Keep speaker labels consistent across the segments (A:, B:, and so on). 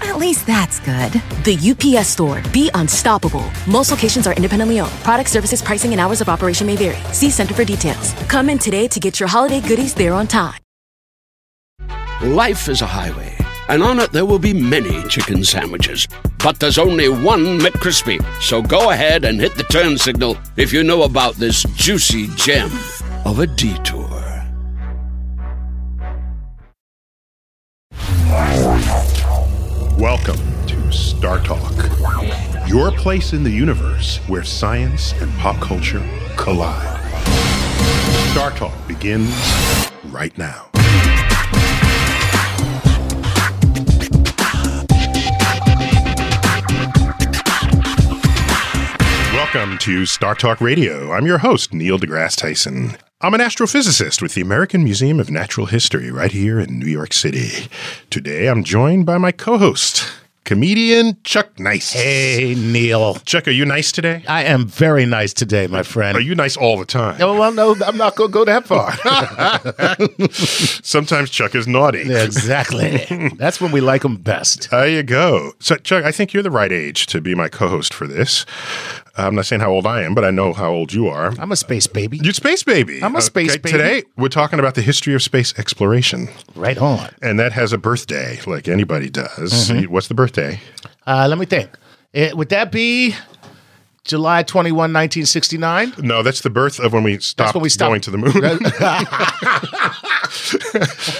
A: At least that's good.
B: The UPS store. Be unstoppable. Most locations are independently owned. Product services, pricing, and hours of operation may vary. See Center for details. Come in today to get your holiday goodies there on time.
C: Life is a highway, and on it there will be many chicken sandwiches. But there's only one McCrispy. So go ahead and hit the turn signal if you know about this juicy gem of a detour.
D: Welcome to Star Talk, your place in the universe where science and pop culture collide. Star Talk begins right now. Welcome to Star Talk Radio. I'm your host, Neil deGrasse Tyson. I'm an astrophysicist with the American Museum of Natural History right here in New York City. Today I'm joined by my co host, comedian Chuck Nice.
E: Hey, Neil.
D: Chuck, are you nice today?
E: I am very nice today, my friend.
D: Are you nice all the time?
E: Oh, well, no, I'm not going to go that far.
D: Sometimes Chuck is naughty.
E: Yeah, exactly. That's when we like them best.
D: There you go. So, Chuck, I think you're the right age to be my co host for this. I'm not saying how old I am, but I know how old you are.
E: I'm a space baby.
D: You're space baby.
E: I'm a space baby.
D: Today we're talking about the history of space exploration,
E: Right on.
D: and that has a birthday, like anybody does.
E: Mm-hmm.
D: What's the birthday?
E: Uh, let me think. It, would that be July 21, 1969?
D: No, that's the birth of when we stopped,
E: when we stopped.
D: going to the moon.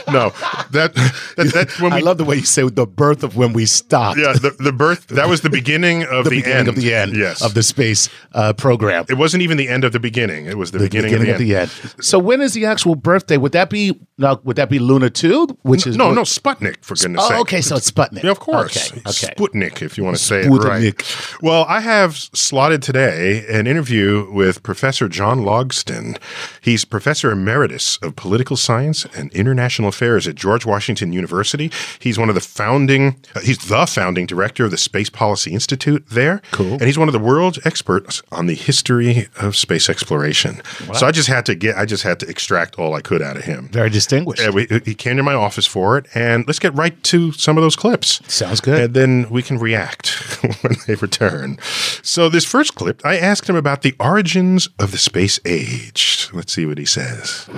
D: no, that, that that's when we.
E: I love the way you say the birth of when we stopped.
D: yeah, the, the birth. That was the beginning of
E: The,
D: the,
E: beginning
D: end
E: of the end
D: Yes,
E: of the space uh, program.
D: It wasn't even the end of the beginning. It was the, beginning, of the end.
E: So when is the actual birthday? Would that be now? Would that be Luna two? Which is
D: No, no, Sputnik. For goodness'
E: Oh,
D: sake.
E: okay, so it's Sputnik.
D: Yeah, of course.
E: Okay, okay.
D: Sputnik, if you want to say it
E: Sputnik.
D: right. Well, I have slotted today an interview with Professor John Logston. He's Professor Emeritus of Political Science and International Affairs at George Washington University. He's one of the founding, uh, he's the founding director of the Space Policy Institute there. Cool. And he's one of the world's experts on the history of space exploration. So I just had to get, I just had to extract all I could out of him.
E: Very distinguished.
D: Yeah, we, he came to my office for it, and let's get right to some of those clips.
E: Sounds good.
D: And then we can react when they return. So this first clip, I asked him about the origins of the space age. Let's see what he says.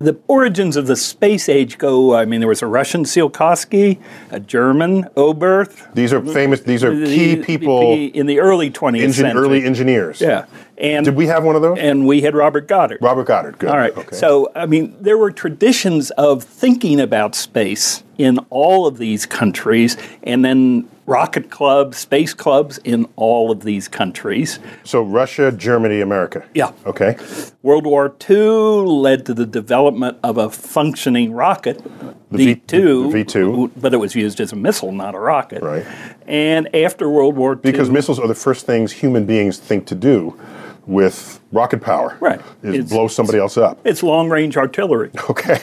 F: The origins of the space age go, I mean, there was a Russian Tsiolkovsky, a German Oberth.
G: These are famous. These are key
F: These-
G: people,
F: In the early 20th
G: engin-
F: century.
G: early engineers.
F: Yeah. And,
G: Did we have one of those?
F: and we had Robert Goddard.
G: Robert Goddard. Good.
F: All right.
G: Okay.
F: So, I mean, there were traditions of thinking about space in all of these countries, and then rocket clubs, space clubs in all of these countries.
G: So Russia, Germany, America.
F: Yeah.
G: Okay.
F: World War II led to the development of a functioning rocket,
G: V-
F: V two,
G: the V2.
F: but it was used as a missile, not a rocket.
G: Right.
F: And after World War II,
G: Because missiles are the first things human beings think to do with rocket power.
F: Right.
G: Is
F: It's-
G: blow somebody else up.
F: it's long range artillery. Um,
G: Okay.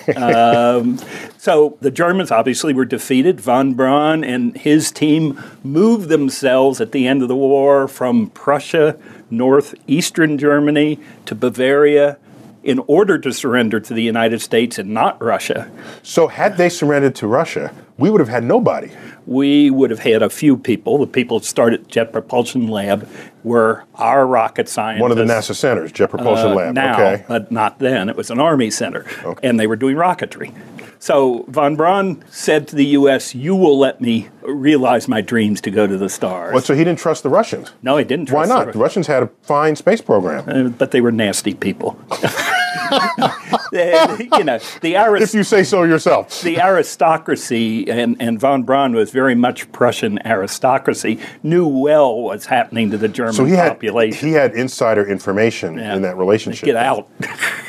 F: So the Germans obviously were defeated. Von Braun and his team moved themselves at the end of the war from Prussia, northeastern Germany, to Bavaria in order to surrender to the United States and not Russia.
G: so had they surrendered to Russia, we would have had nobody.
F: we would have had a few people. The people that started Jet Propulsion Lab were our rocket scientists. Uh,
G: One of the NASA centers, Jet Propulsion Lab.
F: now,
G: okay.
F: but not then. It was an Army center, and they were doing rocketry. So von Braun said to the U.S., "You will let me realize my dreams to go to the stars."
G: Well, so he didn't trust the Russians.
F: no, he didn't.
G: Why
F: trust
G: not?
F: the
G: The Russians had a fine space program.
F: Uh, but they were nasty people. They- you know, the Irish.
G: if you say so yourself.
F: the aristocracy, and, and von Braun was very much Prussian aristocracy, knew well what's happening to the German
G: So he had
F: population.
G: he had insider information
F: Yeah.
G: in that relationship.
F: Get out.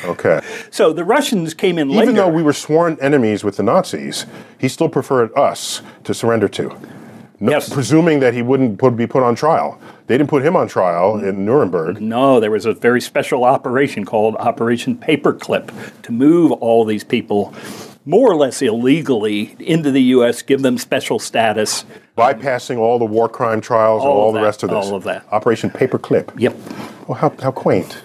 G: Okay.
F: so the Russians came in later.
G: Even though we were sworn enemies with the Nazis, he still preferred us to surrender to. No,
F: Yes.
G: Presuming that he wouldn't put, be put on trial. They didn't put him on trial
F: Mm-hmm.
G: in Nuremberg.
F: No, there was a very special operation called Operation Paperclip to move all these people more or less illegally into the U.S., give them special status.
G: bypassing all the war crime trials
F: All
G: and all
F: of
G: the
F: that,
G: rest of this.
F: all of that.
G: Operation Paperclip.
F: Yep.
G: Well, how, how quaint.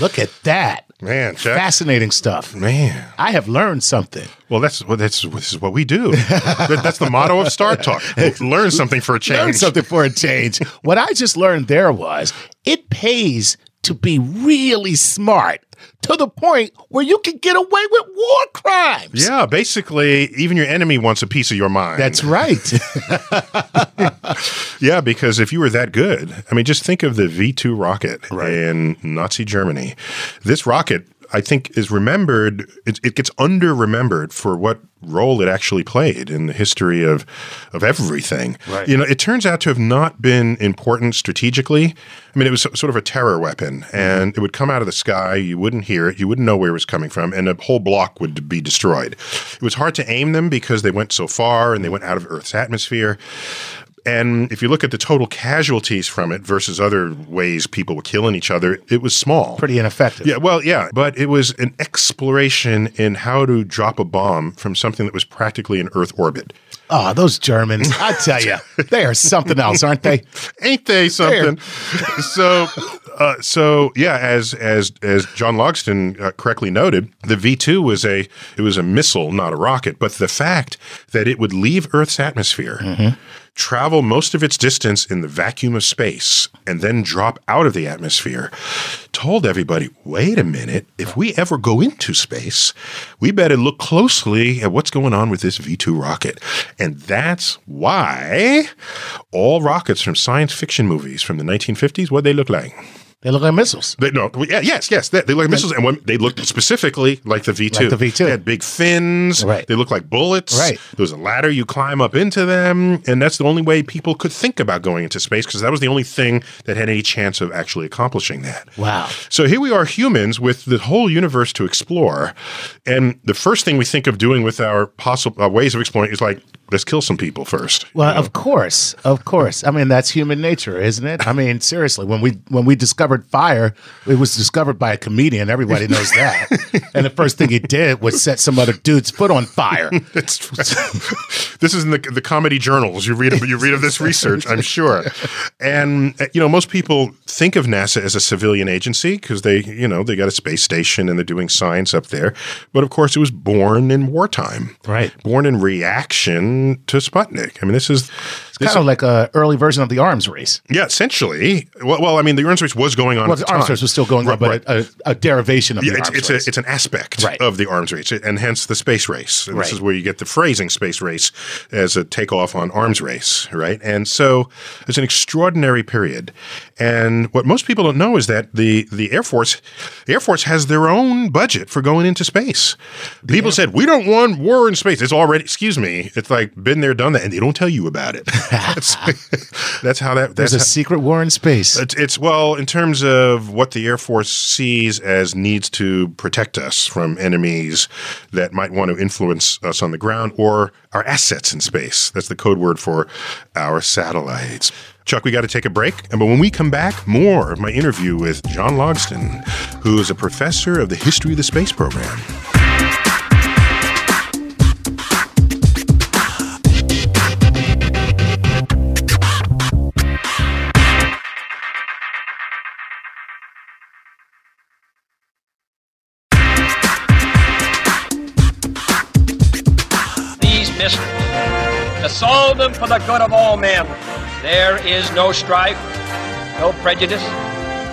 E: Look at that.
D: Man, Chuck.
E: Fascinating stuff.
D: Man.
E: I have learned something.
D: Well, that's what that's this is what we do. That- that's the motto of Star Talk. Learn something for a change.
E: Learn something for a change. what I just learned there was it pays to be really smart to the point where you can get away with war crimes.
D: Yeah, basically, even your enemy wants a piece of your mind.
E: That's right.
D: Yeah, because if you were that good, I mean, just think of the V 2 rocket in Nazi Germany. This rocket, I think, is remembered, it, it gets under remembered for what role it actually played in the history of, of everything. Right. You know, it turns out to have not been important strategically. I mean, it was so- sort of a terror weapon, and it would come out of the sky. You wouldn't hear it, you wouldn't know where it was coming from, and a whole block would be destroyed. It was hard to aim them because they went so far and they went out of Earth's atmosphere. And if you look at the total casualties from it versus other ways people were killing each other, it was small.
E: Pretty ineffective.
D: Yeah, well, yeah, but it was an exploration in how to drop a bomb from something that was practically in Earth orbit.
E: Oh, those Germans. I tell you, they are something else, aren't they?
D: Ain't they something? so, uh, so yeah, as as as John Logston uh, correctly noted, the V two was a it was a missile, not a rocket. But the fact that it would leave Earth's atmosphere. travel most of its distance in the vacuum of space and then drop out of the atmosphere, told everybody, wait a minute, if we ever go into space, we better look closely at what's going on with this V 2 rocket. And that's why all rockets from science fiction movies from the 1950s, what they look like.
E: They look like missiles.
D: They, no, yeah, yes, yes. They, they look like missiles, and when, they look specifically like the V two.
E: Like the V2.
D: They had big fins.
E: Right.
D: They look like bullets.
E: Right.
D: There was a ladder you climb up into them, and that's the only way people could think about going into space because that was the only thing that had any chance of actually accomplishing that.
E: Wow.
D: So here we are, humans, with the whole universe to explore, and the first thing we think of doing with our possible uh, ways of exploring is like let's kill some people first.
E: Well, of course, of course. I mean, that's human nature, isn't it? I mean, seriously, when we when we discovered fire, it was discovered by a comedian. Everybody knows that. and the first thing he did was set some other dude's foot on fire.
D: It's, this is in the, the comedy journals. You read of, you read of this research, I'm sure. And uh, you know, most people think of NASA as a civilian agency because they, you know, they got a space station and they're doing science up there. But of course, it was born in wartime,
E: Right.
D: Born in reaction to Sputnik. I mean, this is this
E: Kind of like a early version of the arms race.
D: yeah, essentially. Well, well, I mean, the arms race was going on.
E: Well,
D: at the,
E: the arms
D: time.
E: race was still going on,
D: Right,
E: but
D: right.
E: a, a, a derivation of
D: Yeah,
E: the
D: it's
E: arms
D: it's, a,
E: race.
D: it's an aspect
E: Right.
D: of the arms race, and hence the space race. And
E: Right.
D: This is where you get the phrasing "space race" as a takeoff on arms race, right? And so it's an extraordinary period. And what most people don't know is that the the Air Force, the Air Force has their own budget for going into space. people said we don't want war in space. It's already, excuse me, it's like been there, done that, and they don't tell you about it. that's, that's how that. That's
E: There's a secret war in space.
D: it's, it's well in terms of what the Air Force sees as needs to protect us from enemies that might want to influence us on the ground or our assets in space. That's the code word for our satellites. Chuck, we got to take a break. And but when we come back, more of my interview with John Logston, who is a professor of the history of the space program.
H: these mysteries, to solve them for the good of all men. There is no strife, no prejudice,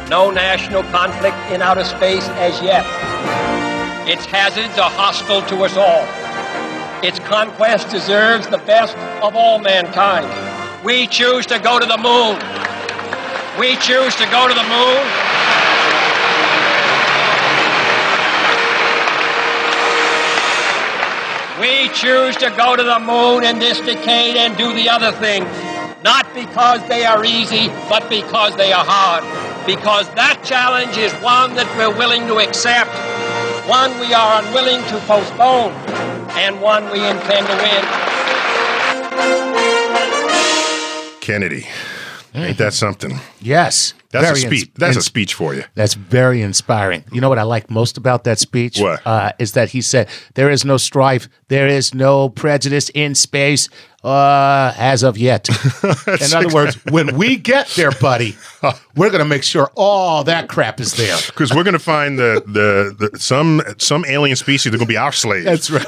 H: no national conflict in outer space as yet. Its hazards are hostile to us all. Its conquest deserves the best of all mankind. We choose to go to the moon. We choose to go to the moon. We choose to go to the moon in this decade and do the other things. Not because they are easy, but because they are hard. Because that challenge is one that we're willing to accept, one we are unwilling to postpone, and one we intend to win.
D: Kennedy. Ain't that something?
E: Yes.
D: That's
E: Very
D: a
E: ins-
D: speech. That's a
E: ins-
D: speech for you.
E: That's very inspiring. You know what I like most about that speech?
D: What?
E: Uh, is that he said, there is no strife, there is no prejudice in space uh, as of yet. in other words, when we get there, buddy, we're going to make sure all that crap is there.
D: Because we're gonna find the, the the some some alien species that are gonna be our slaves.
E: That's right.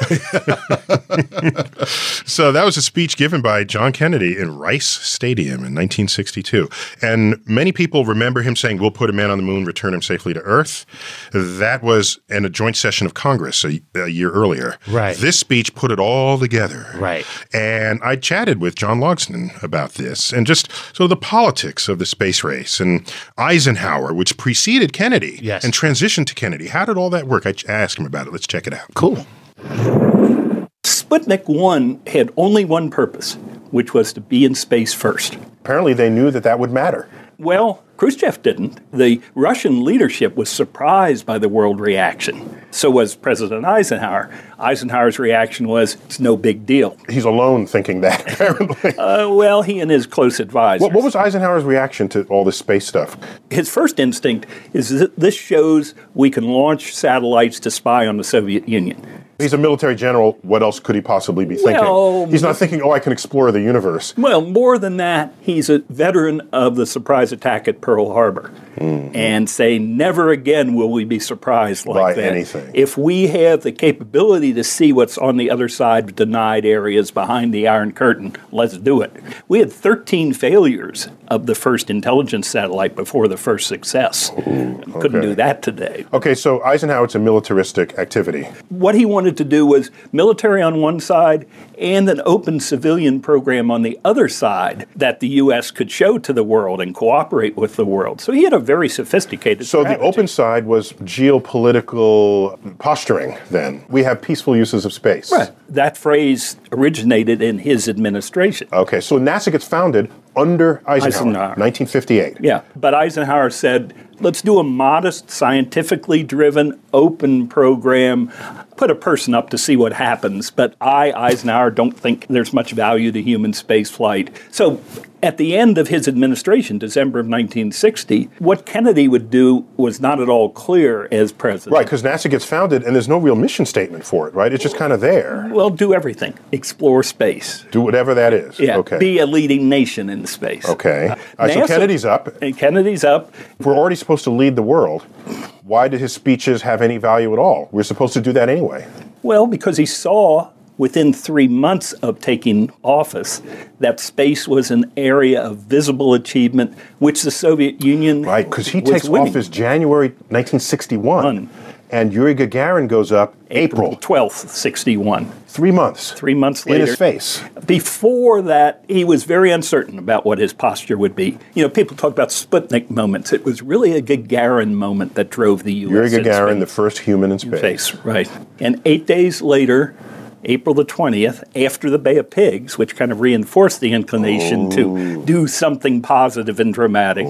D: So that was a speech given by John Kennedy in Rice Stadium in 1962. And many people remember him saying, We'll put a man on the moon, return him safely to Earth. That was in a joint session of Congress a, a year earlier.
E: Right.
D: This speech put it all together.
E: Right.
D: And I chatted with John Logsdon about this and just sort of the politics of the space race and Eisenhower, which preceded Kennedy
E: Yes.
D: and transitioned to Kennedy. How did all that work? I ch- I asked him about it. Let's check it out.
E: Cool.
F: Sputnik 1 had only one purpose, which was to be in space first.
G: Apparently, they knew that that would matter.
F: Well, Khrushchev didn't. The Russian leadership was surprised by the world reaction. So was President Eisenhower. Eisenhower's reaction was, it's no big deal.
G: He's alone thinking that, apparently.
F: Uh, well, he and his close advisors.
G: what, what was Eisenhower's reaction to all this space stuff?
F: his first instinct is that this shows we can launch satellites to spy on the Soviet Union.
G: He's a military general. What else could he possibly be thinking?
F: Well-
G: He's not thinking, oh, I can explore the universe.
F: Well, more than that, he's a veteran of the surprise attack at Pearl Harbor
G: Hmm.
F: and say, never again will we be surprised like
G: By
F: that.
G: anything.
F: If we have the capability to see what's on the other side of denied areas behind the Iron Curtain, let's do it. We had 13 failures of the first intelligence satellite before the first success. Couldn't do that today.
G: Okay, so Eisenhower's a militaristic activity.
F: what he wanted to do was military on one side and an open civilian program on the other side that the U.S. could show to the world and cooperate with the world. So he had a very sophisticated.
G: So the
F: strategy.
G: open side was geopolitical posturing, then. We have peaceful uses of space.
F: Right. That phrase originated in his administration.
G: Okay, so NASA gets founded under Eisenhower,
F: Eisenhower.
G: 1958.
F: Yeah, but Eisenhower said, let's do a modest, scientifically driven, open program. Put a person up to see what happens. But I, Eisenhower, don't think there's much value to human space flight. So at the end of his administration, December of 1960, what Kennedy would do was not at all clear as president.
G: Right, because NASA gets founded and there's no real mission statement for it, right? It's just kind of there.
F: Well, do everything, explore space.
G: Do whatever that is.
F: Yeah,
G: Okay.
F: be a leading nation in space.
G: okay. All right, so
F: NASA
G: Kennedy's up.
F: And Kennedy's up.
G: If we're already supposed to lead the world, why did his speeches have any value at all? We're supposed to do that anyway.
F: Well, because he saw within three months of taking office that space was an area of visible achievement, which the Soviet Union
G: Right, because he
F: was
G: takes
F: winning.
G: office January 1961,
F: One.
G: and Yuri Gagarin goes up April,
F: April twelfth, sixty-one.
G: three months.
F: Three months
G: in
F: later,
G: his face.
F: Before that, he was very uncertain about what his posture would be. You know, people talk about Sputnik moments. It was really a Gagarin moment that drove the U.S.
G: Yuri
F: in space.
G: Gagarin, the first human in space.
F: face, right. And eight days later, April the 20th, after the Bay of Pigs, which kind of reinforced the inclination to do something positive and dramatic,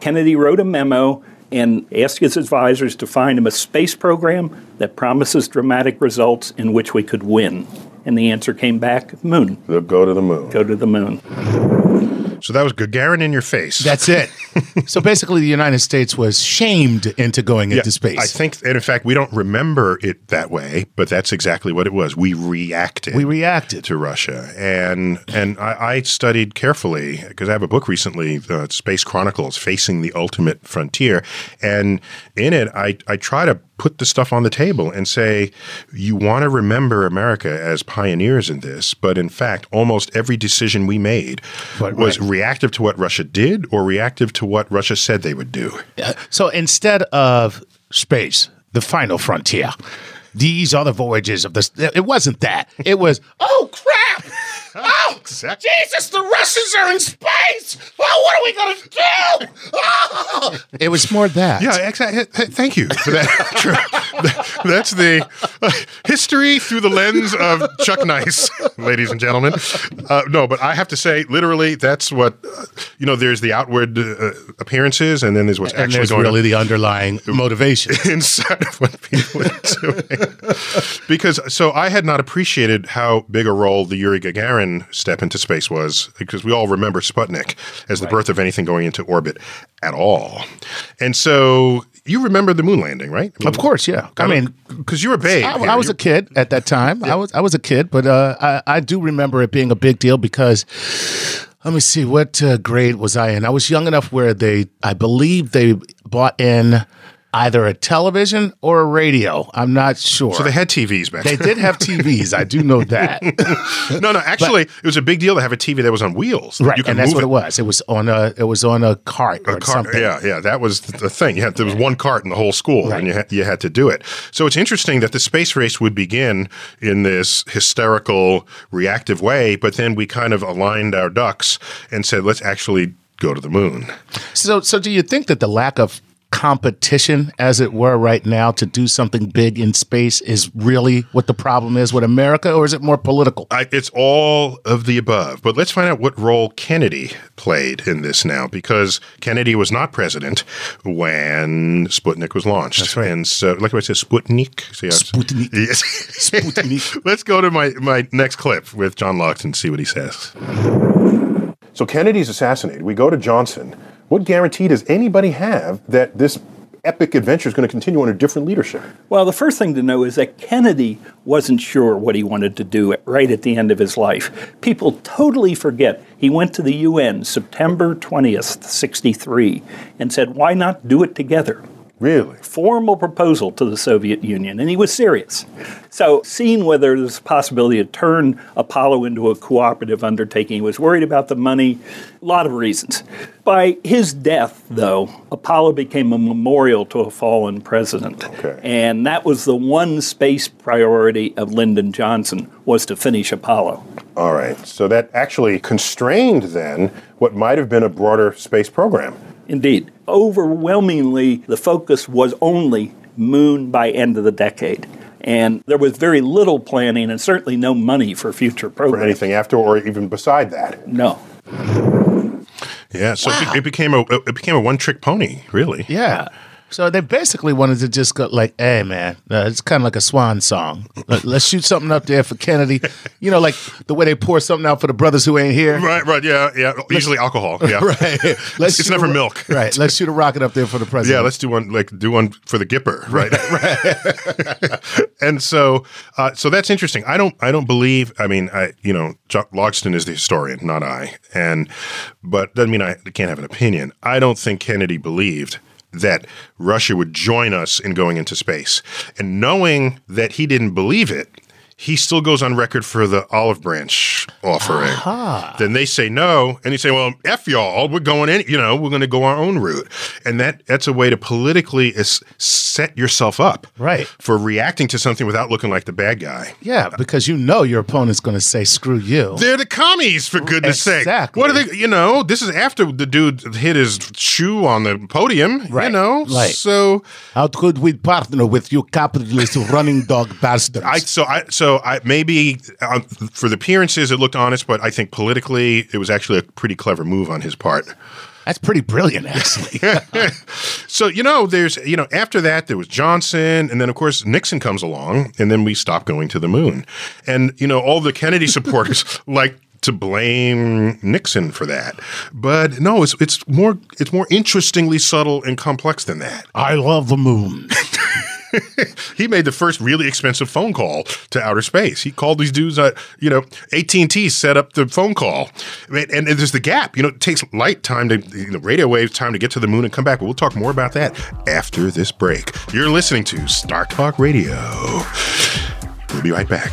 F: Kennedy wrote a memo and asked his advisors to find him a space program that promises dramatic results in which we could win. And the answer came back moon,
G: They'll go to the moon.
F: go to the moon.
D: So that was Gagarin in your face.
E: That's it. so basically, the United States was shamed into going into space.
D: I think, and in fact, we don't remember it that way, but that's exactly what it was. We reacted.
E: we reacted.
D: to Russia, and and I, I studied carefully because I have a book recently, uh, Space Chronicles: Facing the Ultimate Frontier, and in it, I I try to put the stuff on the table and say, you want to remember America as pioneers in this, but in fact, almost every decision we made
E: But-
D: was
E: right.
D: reactive to what Russia did or reactive to what Russia said they would do.
E: So instead of space, the final frontier, these are the voyages of this. It wasn't that. It was, oh crap! Oh,
D: Exactly.
E: Jesus, the Russians are in space! Oh, what are we going to do? Oh! It was more that.
D: Yeah, exactly. Thank you for that. True. That's the uh, history through the lens of Chuck Nice, ladies and gentlemen. Uh, no, but I have to say, literally, that's what uh, you know. There's the outward uh, appearances, and then there's what's
E: and
D: actually
E: there's
D: going
E: really
D: on
E: the underlying motivation.
D: inside of what people are doing. because so I had not appreciated how big a role the Yuri Gagarin step into space was, because we all remember Sputnik as the birth of anything going into orbit at all. And so you remember the moon landing, right?
E: Of course, yeah. I mean,
D: because you were a babe.
E: I,
D: here.
E: I was
D: You-
E: a kid at that time. I was I was a kid, but uh, I, I do remember it being a big deal because let me see what uh, grade was I in. I was young enough where they I believe they bought in either a television or a radio. I'm not sure.
D: So they had TVs back
E: they
D: then.
E: did have TVs. I do know that.
D: no, no. Actually, it was a big deal to have a TV that was on wheels.
E: right,
D: you could
E: and that's
D: move
E: what it. was. It was on a it was on a cart or
D: A cart,
E: something.
D: yeah, yeah, that was the thing. You had, there was one cart in the whole school,
E: Right.
D: and you had, you had to do it. So it's interesting that the space race would begin in this hysterical, reactive way, but then we kind of aligned our ducks and said, let's actually go to the moon.
E: So, so do you think that the lack of competition, as it were, right now to do something big in space is really what the problem is with America, or is it more political?
D: I, it's all of the above. But let's find out what role Kennedy played in this now, because Kennedy was not president when Sputnik was launched. That's right. And so, like I said, Sputnik. See, I was-
E: Sputnik.
D: Yes.
E: Sputnik.
D: let's go to my, my next clip with John Locke and see what he says.
G: So Kennedy's assassinated. We go to Johnson. What guarantee does anybody have that this epic adventure is going to continue under different leadership?
F: Well, the first thing to know is that Kennedy wasn't sure what he wanted to do at, right at the end of his life. People totally forget he went to the UN September 20th, 63, and said, Why not do it together?
G: Really?
F: Formal proposal to the Soviet Union, and he was serious. So, seeing whether there's a possibility to turn Apollo into a cooperative undertaking, he was worried about the money, a lot of reasons. By his death, though, Apollo became a memorial to a fallen president.
G: Okay.
F: And that was the one space priority of Lyndon Johnson was to finish Apollo.
G: All right. So that actually constrained then what might have been a broader space program.
F: Indeed, overwhelmingly the focus was only moon by end of the decade. And there was very little planning and certainly no money for future
G: Or
F: programs.
G: anything after or even beside that.
F: No.
D: Yeah, so it, be- it became a it became a one trick pony, really.
E: Yeah. So they basically wanted to just go like, "Hey, man, uh, it's kind of like a swan song. Let, us shoot something up there for Kennedy. You know, like the way they pour something out for the brothers who ain't here.
D: Right, right, yeah, yeah. Usually alcohol. Yeah,
E: Right.
D: Let's it's
E: shoot a
D: never
E: ro-
D: milk.
E: Right. Let's shoot a rocket up there for the president.
D: Yeah, let's do one like do one for the Gipper, right? and so, uh, so that's interesting. I don't, I don't believe. I mean, I, you know, John Logston is the historian, not I. And but doesn't mean I can't have an opinion. I don't think Kennedy believed that Russia would join us in going into space, and knowing that he didn't believe it. He still goes on record for the olive branch offering. Then they say no, and they say, "Well, f y'all, we're going in. You know, we're going to go our own route." And that that's a way to politically is set yourself up,
E: Right.
D: for reacting to something without looking like the bad guy.
E: Yeah, because you know your opponent's going to say, "Screw you."
D: They're the commies, for goodness sake.
E: Exactly.
D: What are they? You know, this is after the dude hit his shoe on the podium. You
E: Right,
D: know,
E: right.
D: so
E: How could we partner with you capitalist running dog bastards?
D: I so I so I maybe uh, for the appearances it looked honest, but I think politically it was actually a pretty clever move on his part.
E: That's pretty brilliant, actually.
D: So you know, there's you know, after that there was Johnson, and then of course Nixon comes along, and then we stop going to the moon, and you know, all the Kennedy supporters like to blame Nixon for that, but no, it's it's more it's more interestingly subtle and complex than that.
E: I love the moon.
D: He made the first really expensive phone call to outer space. He called these dudes, uh, you know, AT and T set up the phone call, I mean, and, there's the gap. You know, it takes light time to you know, radio waves time to get to the moon and come back. But we'll talk more about that after this break. You're listening to Star Talk Radio. We'll be right back.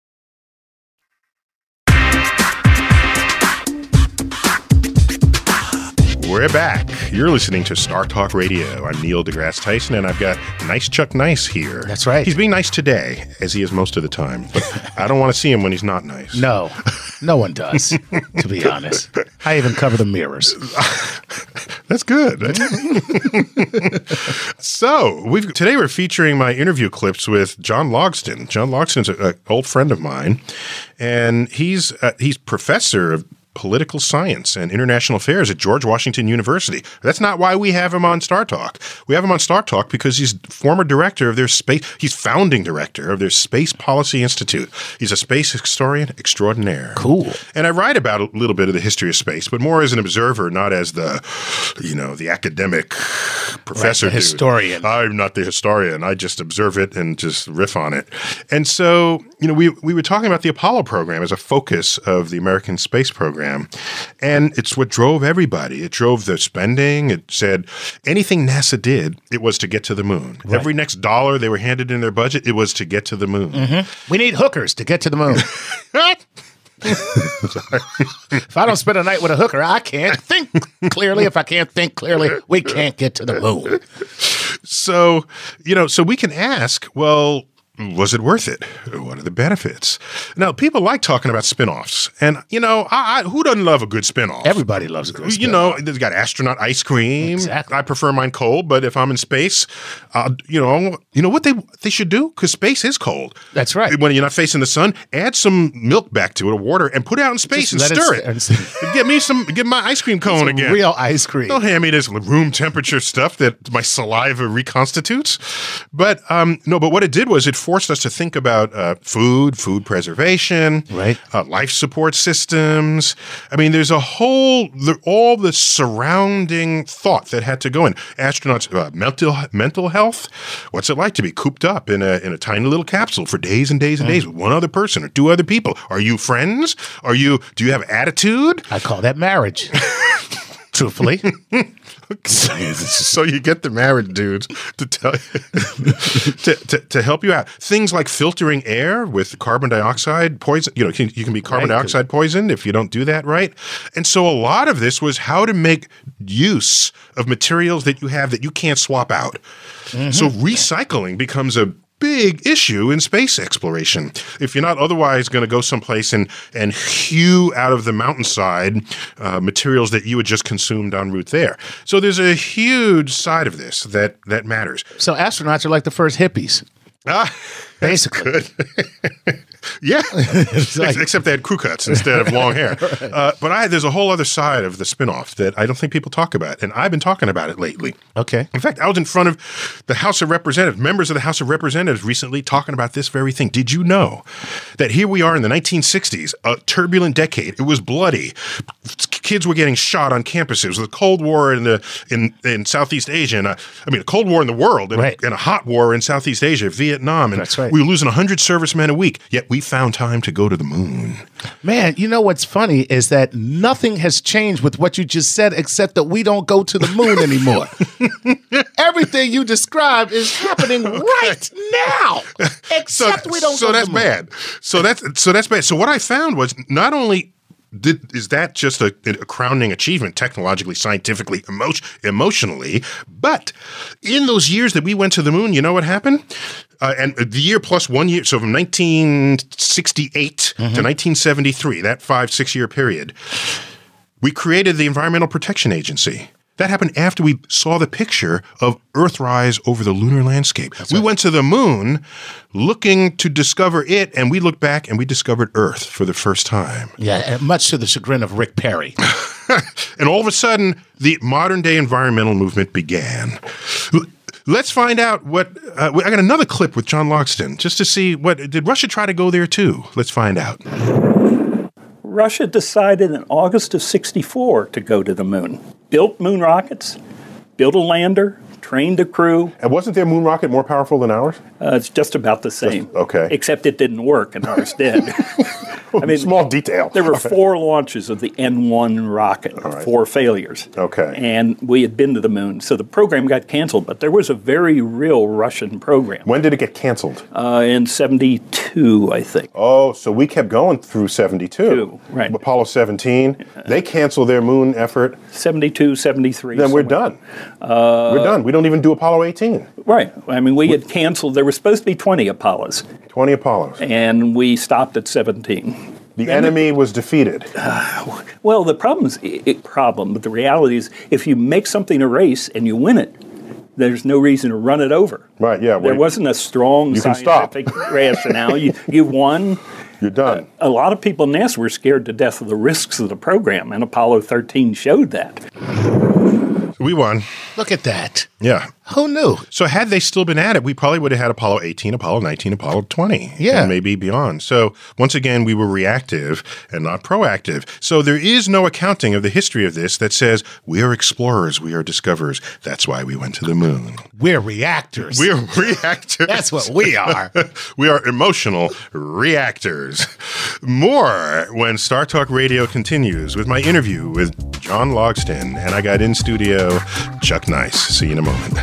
D: We're back. You're listening to Star Talk Radio. I'm Neil deGrasse Tyson, and I've got nice Chuck Nice here.
I: That's right.
D: He's being nice today, as he is most of the time. But I don't want to see him when he's not nice.
I: No, no one does, to be honest. I even cover the mirrors.
D: That's good. so we've today we're featuring my interview clips with John Logston. John Logston's an old friend of mine, and he's uh, he's professor of political science and international affairs at George Washington University. That's not why we have him on Star Talk. We have him on Star Talk because he's former director of their space. He's founding director of their Space Policy Institute. He's a space historian extraordinaire.
I: Cool.
D: And I write about a little bit of the history of space, but more as an observer, not as the, you know, the academic professor,
I: the
D: dude.
I: historian.
D: I'm not the historian. I just observe it and just riff on it. And so, you know, we we were talking about the Apollo program as a focus of the American space program, and it's what drove everybody. It drove the spending. It said anything NASA did, it was to get to the moon. Every next dollar they were handed in their budget, it was to get to the moon.
E: Mm-hmm.
I: We need hookers to get to the moon. if I don't spend a night with a hooker, I can't think clearly. If I can't think clearly, we can't get to the moon.
D: So, you know, so we can ask, well, was it worth it? What are the benefits? Now, people like talking about spinoffs. And, you know, I, I, who doesn't love a good spinoff?
I: Everybody loves a good
D: You know, they've got astronaut ice cream.
I: Exactly.
D: I prefer mine cold, but if I'm in space, uh, you know, you know what they they should do because space is cold.
I: That's right.
D: When you're not facing the sun, add some milk back to it or water and put it out in space
I: Just
D: and
I: let
D: stir
I: it
D: it.
I: st- and-
D: get me some. Get my ice cream cone again.
I: real ice cream.
D: Don't hand me this room temperature stuff that my saliva reconstitutes. But um, no, but what it did was it forced us to think about uh, food, food preservation,
I: Right.
D: uh, life support systems. I mean, there's a whole, the, all the surrounding thought that had to go in. Astronauts, uh, mental mental health. What's it like to be cooped up in a in a tiny little capsule for days and days and days with one other person or two other people? Are you friends? Are you? Do you have attitude?
I: I call that marriage. Truthfully,
D: so you get the married dudes to tell to, to, to help you out. Things like filtering air with carbon dioxide poison. You know, can, you can be carbon dioxide poisoned if you don't do that right. And so a lot of this was how to make use of materials that you have that you can't swap out. So Mm-hmm. recycling becomes a big issue in space exploration. If you're not otherwise going to go someplace and and hew out of the mountainside uh, materials that you had just consumed en route there, so there's a huge side of this that that matters.
E: So astronauts are like the first hippies.
D: Ah,
E: basically.
D: yeah, Ex- except they had crew cuts instead of long hair. Uh, but I there's a whole other side of the spinoff that I don't think people talk about, and I've been talking about it lately.
E: Okay.
D: In fact, I was in front of the House of Representatives, members of the House of Representatives recently talking about this very thing. Did you know that here we are in the 1960s, a turbulent decade. It was bloody. Kids were getting shot on campuses. The Cold War in the in, in Southeast Asia, and uh, I mean, a Cold War in the world, and,
E: Right.
D: a, and a hot war in Southeast Asia, Vietnam, and
E: That's right.
D: we were losing 100 servicemen a week. Yet we found time to go to the moon.
E: Man, you know what's funny is that nothing has changed with what you just said, except that we don't go to the moon anymore. Everything you described is happening right now, except we don't.
D: so
E: go to
D: that's
E: the moon.
D: bad. So that's so that's bad. So what I found was not only did, is that just a, a crowning achievement technologically, scientifically, emo- emotionally, but in those years that we went to the moon, you know what happened? Uh, and the year plus one year, so from 1968 to
E: Mm-hmm.
D: 1973, that five six year period, we created the Environmental Protection Agency. That happened after we saw the picture of Earthrise over the lunar landscape. we went to the moon looking to discover it, and we looked back and we discovered Earth for the first time.
E: Yeah, and much to the chagrin of Rick Perry.
D: And all of a sudden, the modern day environmental movement began. L- Let's find out what. Uh, I got another clip with John Logston just to see what. Did Russia try to go there too? Let's find out.
F: Russia decided in August of 64 to go to the moon. Built moon rockets, built a lander, trained a crew.
G: And wasn't their moon rocket more powerful than ours?
F: Uh, it's just about the same.
G: okay.
F: Except it didn't work, and ours did. I mean,
G: Small detail.
F: There were four launches of the N 1 rocket, four failures.
G: Okay.
F: And we had been to the moon. So the program got canceled, but there was a very real Russian program
G: When did it get canceled?
F: uh, in 72, I think.
G: Oh, so we kept going through 72.
F: Two, right.
G: Apollo 17. They cancel their moon effort.
F: 72, 73.
G: Then we're
F: somewhere. Uh,
G: done. we're done. We don't even do Apollo 18.
F: Right. I mean, we had canceled, there were supposed to be 20 Apollos,
G: 20 Apollos.
F: and we stopped at 17.
G: The enemy was defeated.
F: Well, the problem's i i- problem, but the reality is if you make something a race and you win it, there's no reason to run it over.
G: Right, yeah,
F: There
G: we-
F: wasn't a strong
G: You can stop.
F: scientific rationale. You, you won.
G: You're done.
F: A lot of people in NASA were scared to death of the risks of the program, and Apollo 13 showed that.
D: Uh, We won.
E: Look at that.
D: Yeah.
E: Who knew?
D: So had they still been at it, we probably would have had Apollo 18, Apollo 19, Apollo 20,
E: Yeah.
D: and maybe beyond. So once again, we were reactive and not proactive. So there is no accounting of the history of this that says we are explorers, we are discoverers. That's why we went to the moon.
E: We're reactors.
D: We are reactors.
E: That's what we are.
D: we are emotional reactors. More when Star Talk Radio continues with my interview with John Logston, and I got in studio Chuck Nice. See you in a moment.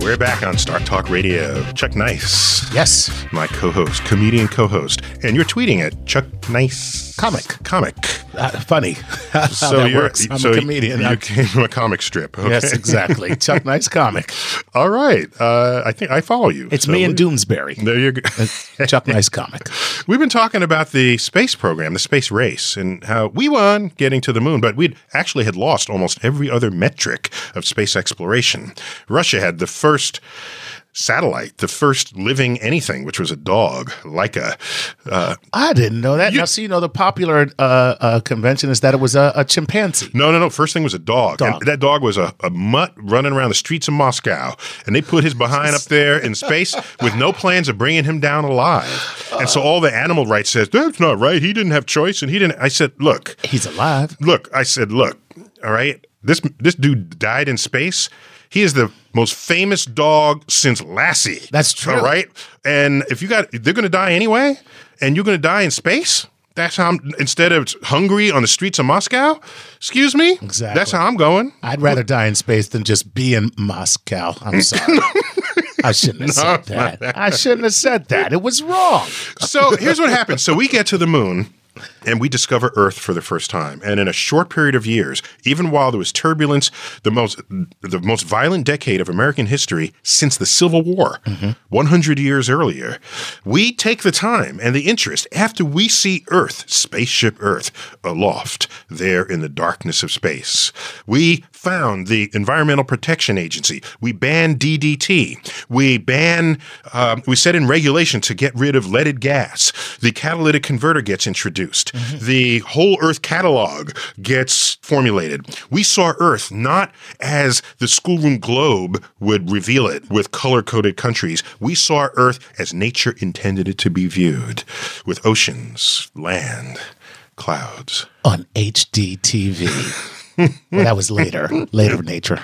D: We're back on Star Talk Radio. Chuck Nice.
E: yes.
D: my co-host, comedian co-host, and you're tweeting at Chuck Nice
E: Comic.
D: comic.
E: Uh, funny. How that works. I'm
D: so
E: a comedian.
D: You
E: I-
D: came from a comic strip. okay?
E: Yes, exactly. Chuck Nice comic.
D: All right. Uh, I think I follow you.
E: It's
D: So
E: me and
D: we-
E: Doomsbury.
D: There you go.
E: Chuck Nice comic.
D: We've been talking about the space program, the space race, and how we won getting to the moon, but we actually had lost almost every other metric of space exploration. Russia had the first satellite, the first living anything, which was a dog, Leica. Uh,
E: I didn't know that. now, see, you know, the popular uh, uh, convention is that it was a, a chimpanzee.
D: No, no, no. First thing was a dog. And
E: Dog.
D: that dog was a, a mutt running around the streets of Moscow. And they put his behind up there in space with no plans of bringing him down alive. And so all the animal rights says, that's not right. He didn't have choice. And he didn't. I said, look,
E: He's alive.
D: look, I said, look, all right. This, this dude died in space. He is the most famous dog since Lassie.
E: That's true.
D: All right. And if you got, they're going to die anyway, and you're going to die in space. That's how I'm, instead of hungry on the streets of Moscow, excuse me? Exactly. That's how I'm going.
E: I'd rather die in space than just be in Moscow. I'm sorry. I shouldn't have said that. I shouldn't have said that. It was wrong.
D: So here's what happens. So we get to the moon and we discover Earth for the first time. And in a short period of years, even while there was turbulence, the most the most violent decade of American history since the Civil War, 100 years earlier, we take the time and the interest after we see Earth, spaceship Earth, aloft there in the darkness of space. We found the Environmental Protection Agency. We banned DDT. We ban. um, we set in regulation to get rid of leaded gas. The catalytic converter gets introduced. The whole Earth catalog gets formulated. We saw Earth not as the schoolroom globe would reveal it with color coded countries. We saw Earth as nature intended it to be viewed, with oceans, land, clouds.
E: On HDTV. well, that was later. Later nature.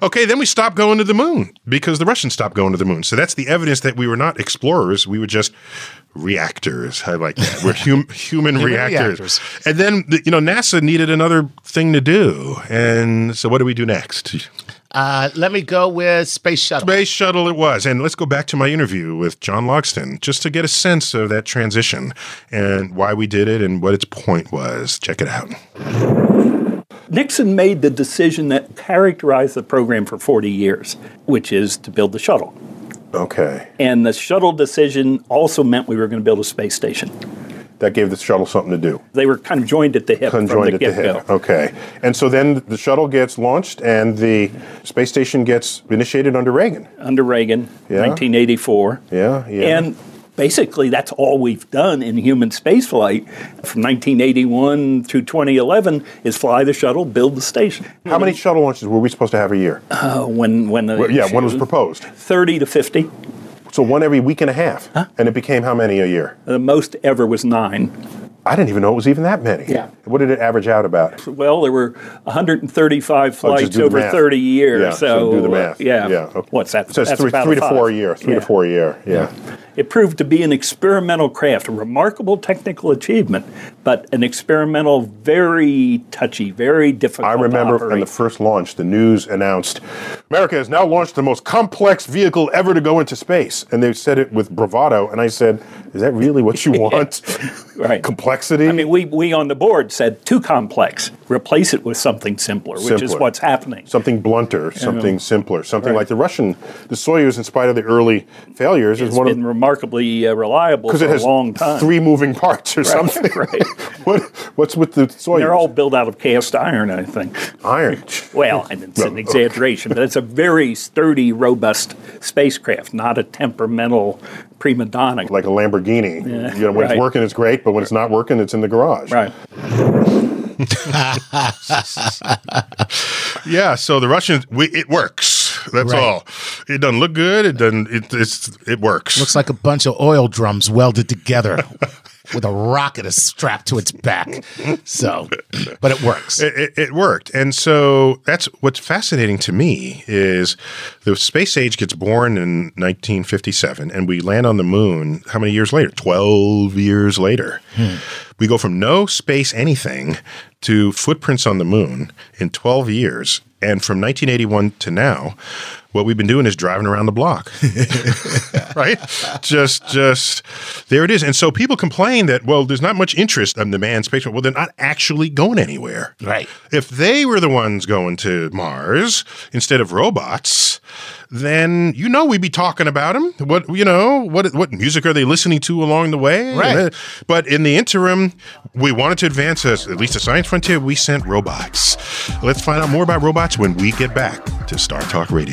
D: Okay, then we stopped going to the moon because the Russians stopped going to the moon. So that's the evidence that we were not explorers. We were just reactors. I like that. We're hum- human
E: Human
D: reactors.
E: reactors.
D: And then, the- you know, NASA needed another thing to do. And so what do we do next?
E: Uh, let me go with space shuttle.
D: Space shuttle it was. And let's go back to my interview with John Logston just to get a sense of that transition and why we did it and what its point was. Check it out.
F: Nixon made the decision that characterized the program for 40 years, which is to build the shuttle.
G: Okay.
F: And the shuttle decision also meant we were going to build a space station.
G: That gave the shuttle something to do.
F: They were kind of joined at the hip from
G: Conjoined
F: the
G: at the
F: get go.
G: hip. Okay. And so then the shuttle gets launched and the space station gets initiated under Reagan.
F: Under Reagan,
G: Yeah.
F: 1984.
G: Yeah, yeah.
F: And basically, that's all we've done in human spaceflight from 1981 through 2011 is fly the shuttle, build the station.
G: How many shuttle launches were we supposed to have a year?
F: Uh, when when the
G: Well, yeah, when it was proposed.
F: 30 to 50.
G: So one every week and a half. And it became how many a year?
F: The most ever was nine.
G: I didn't even know it was even that many.
F: Yeah.
G: What did it average out about?
F: Well, there were 135
G: Oh, just
F: flights
G: do the
F: over
G: math.
F: 30 years.
G: Yeah,
F: so,
G: do the
F: uh,
G: math.
F: yeah.
G: okay.
F: What's that?
G: So it's
F: That's
G: three,
F: about
G: three to
F: five.
G: four a year. Three to
F: Yeah.
G: four a year. Yeah.
F: It proved to be an experimental craft, a remarkable technical achievement, but an experimental, very touchy, very difficult.
G: I
F: to
G: remember on
F: operate.
G: the first launch, the news announced America has now launched the most complex vehicle ever to go into space. And they said it with bravado. And I said, Is that really what you want?
F: Right.
G: Complexity?
F: I mean, we, we on the board said too complex. Replace it with something simpler, which is
G: Simpler.
F: what's happening.
G: something blunter, something simpler, something
F: Right.
G: like the Russian, the Soyuz, in spite of the early failures, is
F: It's
G: one of
F: been remarkably uh, reliable
G: because
F: for
G: it has
F: a long time.
G: three moving parts or something.
F: right.
G: what, what's with the Soyuz?
F: They're all built out of cast iron, I think.
G: iron.
F: Well, and it's an
G: Well,
F: exaggeration, but it's a very sturdy, robust spacecraft, not a temperamental prima donna.
G: Like a Lamborghini.
F: Yeah,
G: you know, when
F: right.
G: it's working, it's great, but when it's not working, it's in the garage.
F: Right.
D: Yeah, so the Russians, we, it works. That's
E: Right.
D: all. It doesn't look good. It doesn't. It it's, it works.
E: Looks like a bunch of oil drums welded together with a rocket strapped to its back. So, but it works.
D: it, it, it worked. And so that's what's fascinating to me is the space age gets born in 1957 and we land on the moon how many years later? 12 years later. We go from no space anything to footprints on the moon in 12 years. And from 1981 to now, what we've been doing is driving around the block. right? Just, just there it is. And so people complain that well, there's not much interest on the manned space. Well, they're not actually going anywhere.
E: Right.
D: If they were the ones going to Mars instead of robots, then you know we'd be talking about them. What you know, what what music are they listening to along the way?
E: Right.
D: But in the interim, we wanted to advance us at least the science frontier. We sent robots. Let's find out more about robots when we get back to Star Talk Radio.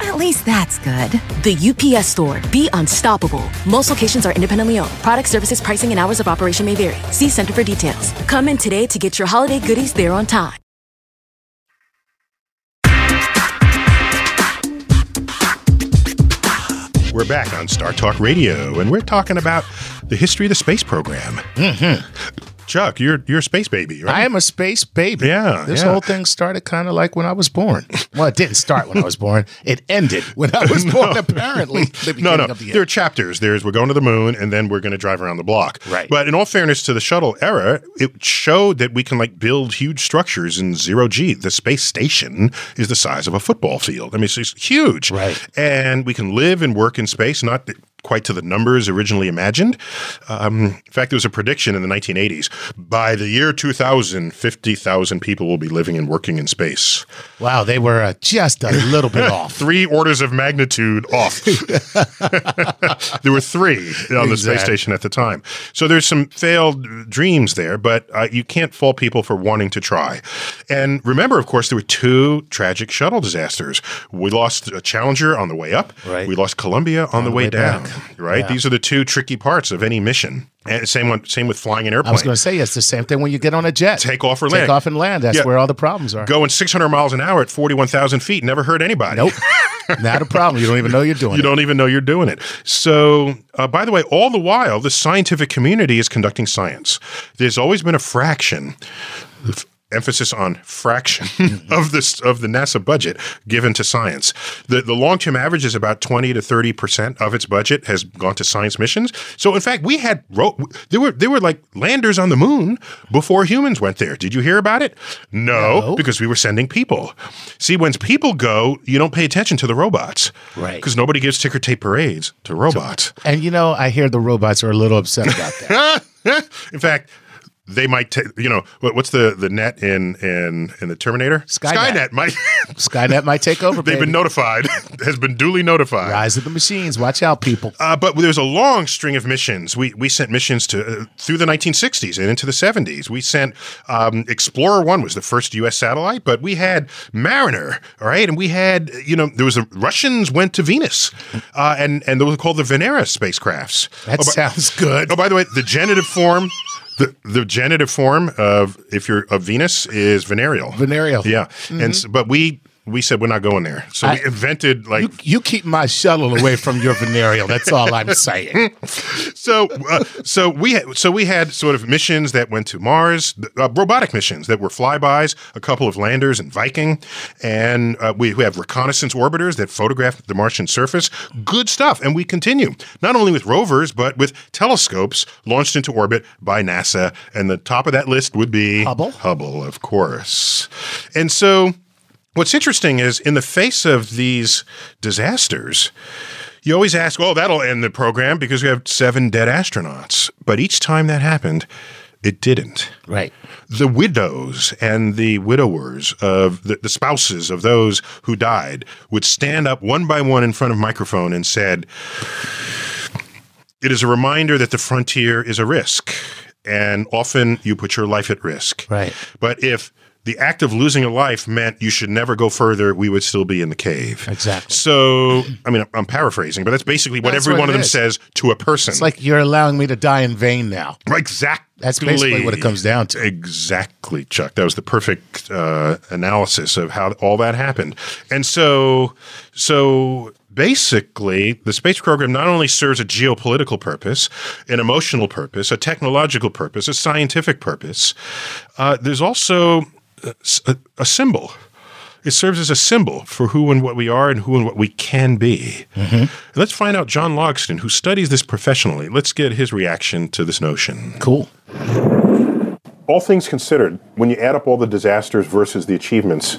A: I At least that's good.
B: The UPS store. Be unstoppable. Most locations are independently owned. Product services, pricing, and hours of operation may vary. See Center for details. Come in today to get your holiday goodies there on time.
D: We're back on Star Talk Radio, and we're talking about the history of the space program. Mm-hmm. Chuck, you're you're a space baby, right?
E: I am a space baby.
D: Yeah,
E: This
D: yeah.
E: whole thing started kind of like when I was born. Well, it didn't start when I was born. It ended when I was born, apparently. The
D: no, no.
E: beginning of the
D: There are chapters. There's we're going to the moon, and then we're going to drive around the block.
E: Right.
D: But in all fairness to the shuttle era, it showed that we can like build huge structures in zero g. The space station is the size of a football field. I mean, it's just huge.
E: Right.
D: And we can live and work in space, not quite to the numbers originally imagined. Um, in fact, there was a prediction in the 1980s: by the year 2000, 50,000 people will be living and working in space.
E: Wow, they were uh, just a little bit off.
D: Three orders of magnitude off. there were three on the
E: Exactly.
D: space station at the time. So there's some failed dreams there, but uh, you can't fault people for wanting to try. And remember, of course, there were two tragic shuttle disasters. We lost a Challenger on the way up.
E: Right.
D: We lost Columbia on, the, way, down.
E: back.
D: Right.
E: Yeah.
D: These are the two tricky parts of any mission. And same one. Same with flying an airplane.
E: I was going to say it's the same thing when you get on a jet.
D: Take off or
E: Take
D: land.
E: off and land. That's
D: Yeah.
E: where all the problems are.
D: Going 600 miles an hour at 41,000 feet never hurt anybody.
E: Nope. Not a problem. You don't even know you're doing
D: You
E: it.
D: don't even know you're doing it. So, uh, by the way, all the while, the scientific community is conducting science. There's always been a fraction. f- Emphasis on fraction of this of the NASA budget given to science. The the long term average is about twenty to thirty percent of its budget has gone to science missions. So in fact, we had ro- there were there were like landers on the moon before humans went there. Did you hear about it? no. because we were sending people. See, when people go, you don't pay attention to the robots,
E: Right.
D: Because nobody gives ticker tape parades to robots.
E: And you know, I hear the robots are a little upset about that.
D: in fact, they might take. You know what, what's the the net in in in the Terminator?
E: Skynet.
D: Skynet might.
E: Skynet might take over.
D: They've
E: baby.
D: been notified. Has been duly notified.
E: Rise of the machines. Watch out, people.
D: Uh, but there's a long string of missions. We we sent missions to uh, through the 1960s and into the 70s. We sent um, Explorer One was the first U.S. satellite, but we had Mariner, all right, and we had you know there was the Russians went to Venus, uh, and and those were called the Venera spacecrafts.
E: That
D: by-
E: sounds good.
D: Oh, by the way, the genitive form. The, the genitive form of if you're of Venus is venereal.
E: Venereal. Mm-hmm.
D: Yeah, and s but we we said we're not going there, so
E: I-
D: we invented like
E: You, you keep my shuttle away from your venereal. That's all I'm saying.
D: so uh, so we had so we had sort of missions that went to Mars, uh, robotic missions that were flybys, a couple of landers and Viking, and uh, we, we have reconnaissance orbiters that photograph the Martian surface. Good stuff, and we continue not only with rovers but with telescopes launched into orbit by NASA. And the top of that list would be
E: Hubble?
D: Hubble, of course, and so. What's interesting is in the face of these disasters, you always ask, oh, that'll end the program because we have seven dead astronauts. But each time that happened, it didn't.
E: Right.
D: The widows and the widowers of the, the spouses of those who died would stand up one by one in front of microphone and said, it is a reminder that the frontier is a risk, and often you put your life at risk.
E: Right.
D: But if the act of losing a life meant you should never go further, we would still be in the cave.
E: Exactly.
D: So, I mean, I'm paraphrasing, but that's basically what
E: That's
D: every
E: what
D: one of
E: it
D: them
E: is.
D: says to a person.
E: It's like you're allowing me to die in vain now.
D: exactly.
E: That's basically what it comes down to.
D: Exactly, Chuck. That was the perfect uh, analysis of how all that happened. And so, so basically, the space program not only serves a geopolitical purpose, an emotional purpose, a technological purpose, a scientific purpose. Uh, there's also a, a- a symbol. It serves as a symbol for who and what we are and who and what we can be. Let's find out John Logston, who studies this professionally. Let's get his reaction to this notion.
E: Cool.
G: All things considered, when you add up all the disasters versus the achievements,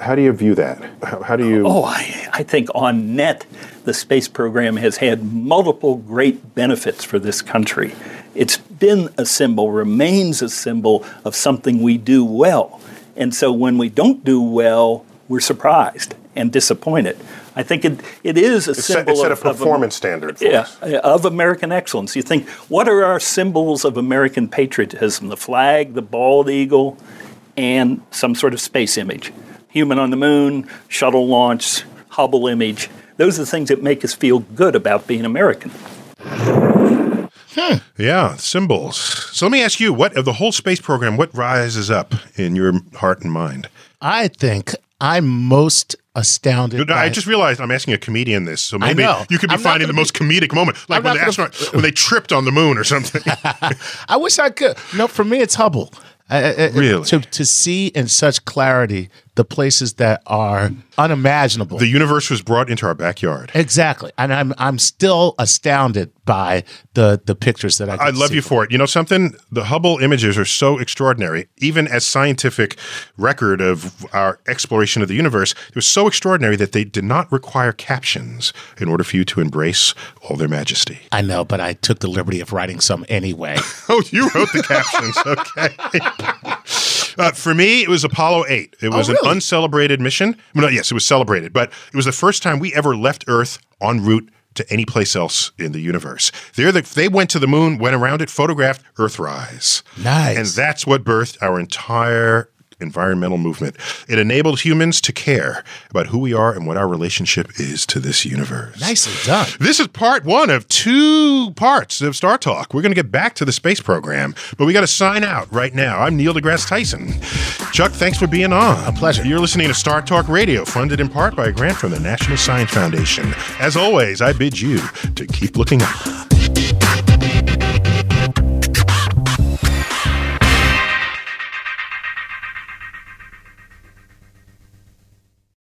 G: how do you view that? How, how do you?
F: Oh, I, I think on net, the space program has had multiple great benefits for this country. It's been a symbol, remains a symbol of something we do well. And so when we don't do well, we're surprised and disappointed. I think it, it is a
G: It set,
F: symbol
G: it set
F: of,
G: a
F: of
G: performance standard for
F: yeah,
G: us.
F: of American excellence. You think, what are our symbols of American patriotism? The flag, the bald eagle, and some sort of space image. Human on the moon, shuttle launch, Hubble image. Those are the things that make us feel good about being American.
D: Yeah, symbols. So let me ask you, what of the whole space program, what rises up in your heart and mind?
E: I think I'm most astounded.
D: I
E: by-
D: just realized I'm asking a comedian this, so maybe
E: know.
D: you could be
E: I'm not
D: finding the
E: gonna
D: most comedic moment, like
E: I'm
D: when
E: not
D: the
E: gonna-
D: astronaut when they tripped on the moon or something.
E: I wish I could. No, for me, it's Hubble. I- I- I-
D: Really?
E: To, to see in such clarity the places that are unimaginable.
D: the universe was brought into our backyard.
E: exactly. And I'm I'm still astounded by the the pictures that I
D: I
E: can
D: love
E: see.
D: you for it. You know something? The Hubble images are so extraordinary. Even as scientific record of our exploration of the universe, it was so extraordinary that they did not require captions in order for you to embrace all their majesty.
E: I know, but I took the liberty of writing some anyway.
D: Oh, you wrote the captions. Okay. Uh, for me, it was Apollo 8. It was an
E: Oh, really?
D: uncelebrated mission. Well, no, yes, it was celebrated, but it was the first time we ever left Earth en route to any place else in the universe. They're the, they went to the moon, went around it, photographed Earthrise.
E: Nice.
D: And that's what birthed our entire environmental movement. It enabled humans to care about who we are and what our relationship is to this universe.
E: Nicely done.
D: This is part one of two parts of Star Talk. We're going to get back to the space program, but we got to sign out right now. I'm Neil deGrasse Tyson. Chuck, thanks for being on. A
E: pleasure.
D: You're listening to Star Talk Radio, funded in part by a grant from the National Science Foundation. As always, I bid you to keep looking up.